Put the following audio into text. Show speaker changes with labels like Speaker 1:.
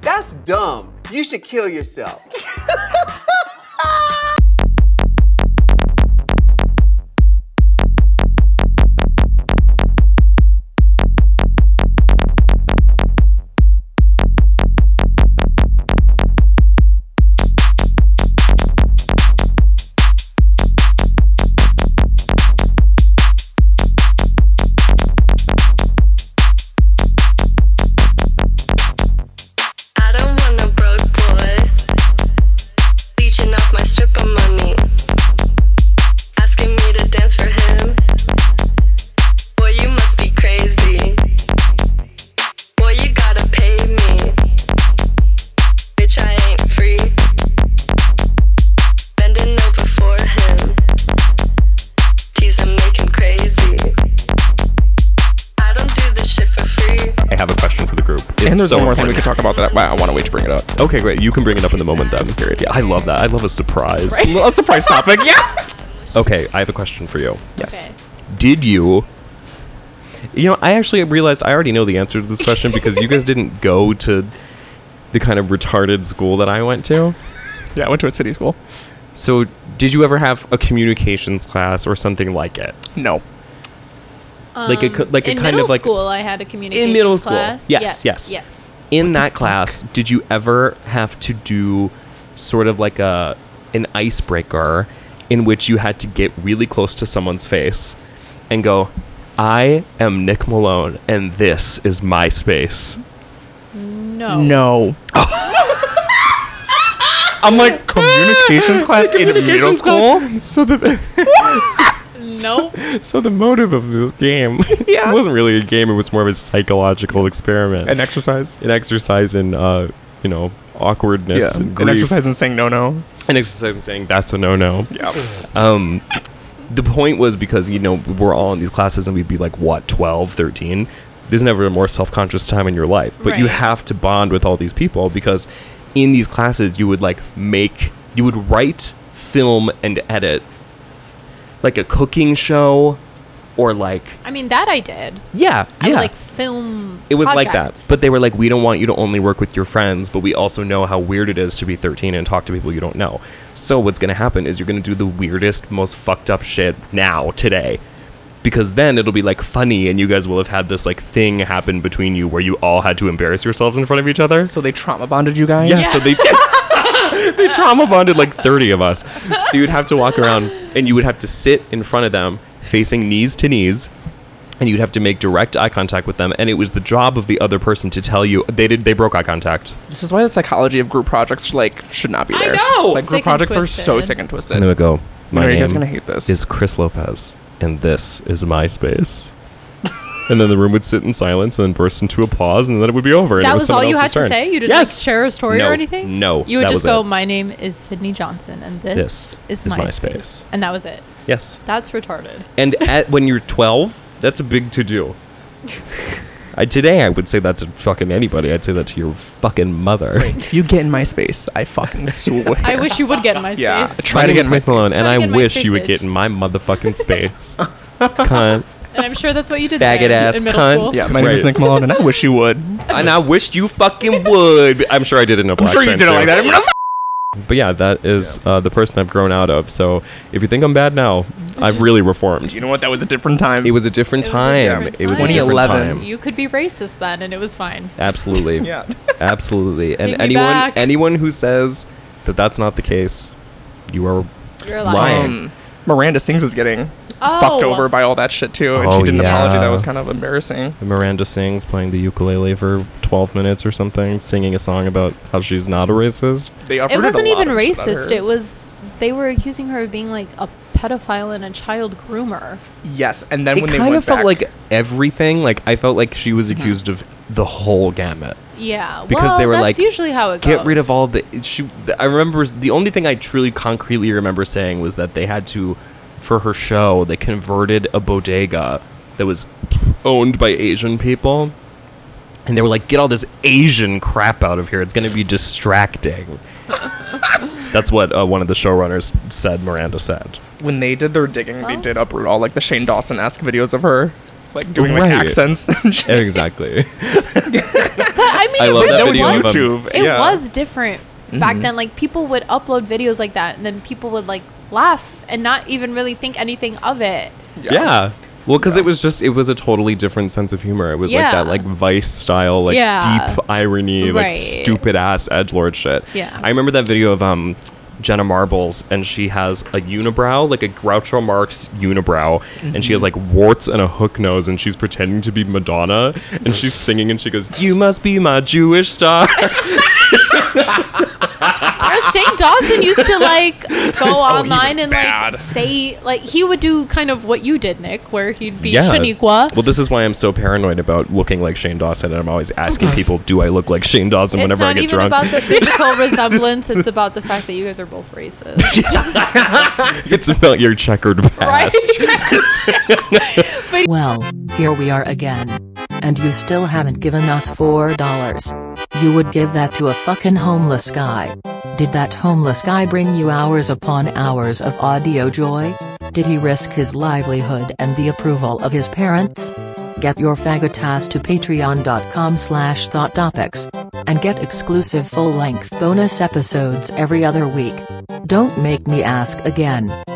Speaker 1: That's dumb. You should kill yourself.
Speaker 2: I don't want no broke boy leeching off my stripper money, asking me to dance for him. Boy, you must be crazy. Boy, you gotta pay me. Bitch, I ain't free. Bending over for him, tease him, make him crazy. I don't do this shit for free.
Speaker 3: I have a question for the group. It's
Speaker 4: and there's
Speaker 3: so
Speaker 4: one more thing we could
Speaker 3: important.
Speaker 4: talk about that I want to wait to bring it up.
Speaker 3: Okay, great. You can bring it up in the moment then. Yeah, I love that. I love a surprise.
Speaker 4: A surprise topic, yeah.
Speaker 3: Okay, I have a question for you.
Speaker 4: Yes.
Speaker 3: Did you? You know, I actually realized I already know the answer to this question because you guys didn't go to the kind of retarded school that I went to.
Speaker 4: Yeah, I went to a city school.
Speaker 3: So, did you ever have a communications class or something like it?
Speaker 4: No.
Speaker 3: like a co- like a
Speaker 5: Um, in
Speaker 3: kind
Speaker 5: middle
Speaker 3: of like
Speaker 5: school, I had a communication
Speaker 3: middle school.
Speaker 5: class.
Speaker 3: Yes, yes.
Speaker 5: yes,
Speaker 3: in that class, did you ever have to do sort of like a an icebreaker in which you had to get really close to someone's face and go, "I am Nick Malone and this is my space."
Speaker 5: No.
Speaker 4: No. I'm like communications class in middle
Speaker 3: Communications
Speaker 4: school.
Speaker 3: class. So the
Speaker 5: Nope.
Speaker 3: so the motive of this game
Speaker 4: Yeah.
Speaker 3: wasn't really a game, it was more of a psychological experiment.
Speaker 4: An exercise.
Speaker 3: an exercise in uh, you know, awkwardness and
Speaker 4: An
Speaker 3: grief.
Speaker 4: exercise in saying no, no.
Speaker 3: an exercise in saying that's a no-no.
Speaker 4: Yeah.
Speaker 3: um the point was because you know we're all in these classes and we'd be like what 12 13 there's never a more self-conscious time in your life but you
Speaker 5: Right.
Speaker 3: have to bond with all these people because in these classes you would like make you would write film and edit like a cooking show or like
Speaker 5: I mean that I did.
Speaker 3: yeah
Speaker 5: I
Speaker 3: yeah
Speaker 5: would, like film.
Speaker 3: it was like that
Speaker 5: projects.
Speaker 3: but they were like we don't want you to only work with your friends but we also know how weird it is to be 13 and talk to people you don't know so what's going to happen is you're going to do the weirdest most fucked up shit now today because then it'll be like funny and you guys will have had this like thing happen between you where you all had to embarrass yourselves in front of each other
Speaker 4: So they trauma bonded you guys.
Speaker 3: yeah, so they they trauma bonded like 30 of us so you'd have to walk around and you would have to sit in front of them facing knees to knees and you'd have to make direct eye contact with them and it was the job of the other person to tell you they did they broke eye contact
Speaker 4: This is why the psychology of group projects like should not be
Speaker 3: I
Speaker 4: there.
Speaker 3: know!
Speaker 4: Like
Speaker 5: Sick
Speaker 4: group
Speaker 5: and
Speaker 4: projects are so
Speaker 5: twisted.
Speaker 4: sick and twisted.
Speaker 3: and they would go
Speaker 4: I know
Speaker 3: my
Speaker 4: you
Speaker 3: name
Speaker 4: guys are gonna hate this.
Speaker 3: is chris lopez and this is myspace and then the room would sit in silence and then burst into applause and then it would be over and it
Speaker 5: that
Speaker 3: was,
Speaker 5: was all
Speaker 3: someone
Speaker 5: you had
Speaker 3: else's
Speaker 5: to
Speaker 3: turn.
Speaker 5: say. You didn't
Speaker 3: yes
Speaker 5: like, share a story
Speaker 3: No,
Speaker 5: or anything.
Speaker 3: no
Speaker 5: You would
Speaker 3: that
Speaker 5: just
Speaker 3: was
Speaker 5: go.
Speaker 3: it.
Speaker 5: My name is Sydney Johnson, and this,
Speaker 3: This
Speaker 5: is
Speaker 3: is
Speaker 5: my
Speaker 3: MySpace."
Speaker 5: space. And that was it.
Speaker 3: yes
Speaker 5: That's retarded.
Speaker 3: And at, when you're 12, that's a big to do. I, today, I would say that to fucking anybody. I'd say that to your fucking mother.
Speaker 4: If you get in my space, I fucking swear.
Speaker 5: I wish you would get in my space.
Speaker 4: Yeah.
Speaker 3: Try to get in my Malone, and
Speaker 5: Try to
Speaker 3: I
Speaker 5: get in my
Speaker 3: wish
Speaker 5: space,
Speaker 3: you would
Speaker 5: bitch.
Speaker 3: get in my motherfucking space. Cunt.
Speaker 5: And I'm sure that's what you did.
Speaker 3: Faggot
Speaker 5: Sam,
Speaker 3: ass
Speaker 5: in middle
Speaker 3: cunt.
Speaker 5: school.
Speaker 4: yeah, my name is
Speaker 3: Right.
Speaker 4: Nick Malone, and I wish you would. I'm
Speaker 3: And I wished you fucking would. I'm sure I did it in a black accent, too.
Speaker 4: Everyone else-
Speaker 3: But yeah, that is uh, the person I've grown out of. So if you think I'm bad now, I've really reformed.
Speaker 4: You know what? That was a different time.
Speaker 3: It was a different
Speaker 5: It was a
Speaker 3: time.
Speaker 5: different
Speaker 3: It was a
Speaker 4: time.
Speaker 3: different
Speaker 4: 2011.
Speaker 3: time.
Speaker 5: You could be racist then, and it was fine.
Speaker 3: Absolutely.
Speaker 4: yeah.
Speaker 3: Absolutely. And
Speaker 5: Take me
Speaker 3: anyone
Speaker 5: back.
Speaker 3: anyone who says that that's not the case, you are
Speaker 5: You're
Speaker 3: Lying.
Speaker 5: lying.
Speaker 4: Um, Miranda Sings is getting
Speaker 5: Oh.
Speaker 4: fucked over by all that shit too, and
Speaker 3: Oh,
Speaker 4: she did an
Speaker 3: yeah.
Speaker 4: apology that was kind of embarrassing.
Speaker 3: Miranda sings playing the ukulele for 12 minutes or something, singing a song about how she's not a racist.
Speaker 4: They
Speaker 5: It
Speaker 4: uprooted a
Speaker 5: wasn't
Speaker 4: lot
Speaker 5: even
Speaker 4: of shit out of
Speaker 5: racist.
Speaker 4: her.
Speaker 5: It was they were accusing her of being like a pedophile and a child groomer.
Speaker 4: yes, and then
Speaker 3: it
Speaker 4: when they
Speaker 3: kind
Speaker 4: went
Speaker 3: of felt
Speaker 4: back, Mm-hmm.
Speaker 3: like everything. Like I felt like she was accused of the whole gamut.
Speaker 5: Yeah,
Speaker 3: Because
Speaker 5: well,
Speaker 3: they were
Speaker 5: that's
Speaker 3: like,
Speaker 5: usually how it goes.
Speaker 3: Get rid of all the. She, I remember the only thing I truly concretely remember saying was that they had to, for her show, they converted a bodega that was owned by Asian people. And they were like, get all this Asian crap out of here. It's going to be distracting. That's what uh, one of the showrunners said, Miranda said.
Speaker 4: when they did their digging, they
Speaker 5: Oh.
Speaker 4: did uproot all like the Shane Dawson esque videos of her. like doing
Speaker 3: Right.
Speaker 4: like accents and shit.
Speaker 3: exactly.
Speaker 5: But I mean,
Speaker 3: I
Speaker 5: it
Speaker 3: love that
Speaker 5: really
Speaker 3: video of
Speaker 5: was
Speaker 3: him.
Speaker 4: YouTube,
Speaker 5: It
Speaker 4: yeah.
Speaker 5: was different
Speaker 3: Mm-hmm.
Speaker 5: back then. Like people would upload videos like that, and then people would like laugh and not even really think anything of it.
Speaker 3: Yeah. Well, because it was just it was a totally different sense of humor. It was like that
Speaker 5: Yeah.
Speaker 3: like Vice style, like
Speaker 5: Yeah.
Speaker 3: deep irony, like
Speaker 5: Right.
Speaker 3: stupid ass edge lord shit.
Speaker 5: Yeah.
Speaker 3: I remember that video of um Jenna Marbles and she has a unibrow, like a Groucho Marx unibrow, and she has
Speaker 5: Mm-hmm.
Speaker 3: like warts and a hook nose, and she's pretending to be Madonna, and she's singing, and she goes, "You must be my Jewish star."
Speaker 5: Or Shane Dawson used to
Speaker 3: Oh,
Speaker 5: like go online and
Speaker 4: bad.
Speaker 5: like say like he would do kind of what you did, Nick, where he'd be Shaniqua.
Speaker 3: Well, this is why I'm so paranoid about looking like Shane Dawson, and I'm always asking people, "Do I look like Shane Dawson?"
Speaker 5: it's
Speaker 3: whenever
Speaker 5: not
Speaker 3: I get
Speaker 5: even
Speaker 3: drunk.
Speaker 5: about the physical resemblance; it's about the fact that you guys are both racist.
Speaker 3: It's about your checkered past.
Speaker 6: Well, here we are again. And you still haven't given us four dollars. You would give that to a fucking homeless guy. Did that homeless guy bring you hours upon hours of audio joy? Did he risk his livelihood and the approval of his parents? Get your faggot ass to patreon.com slash thought topics. And get exclusive full-length bonus episodes every other week. Don't make me ask again.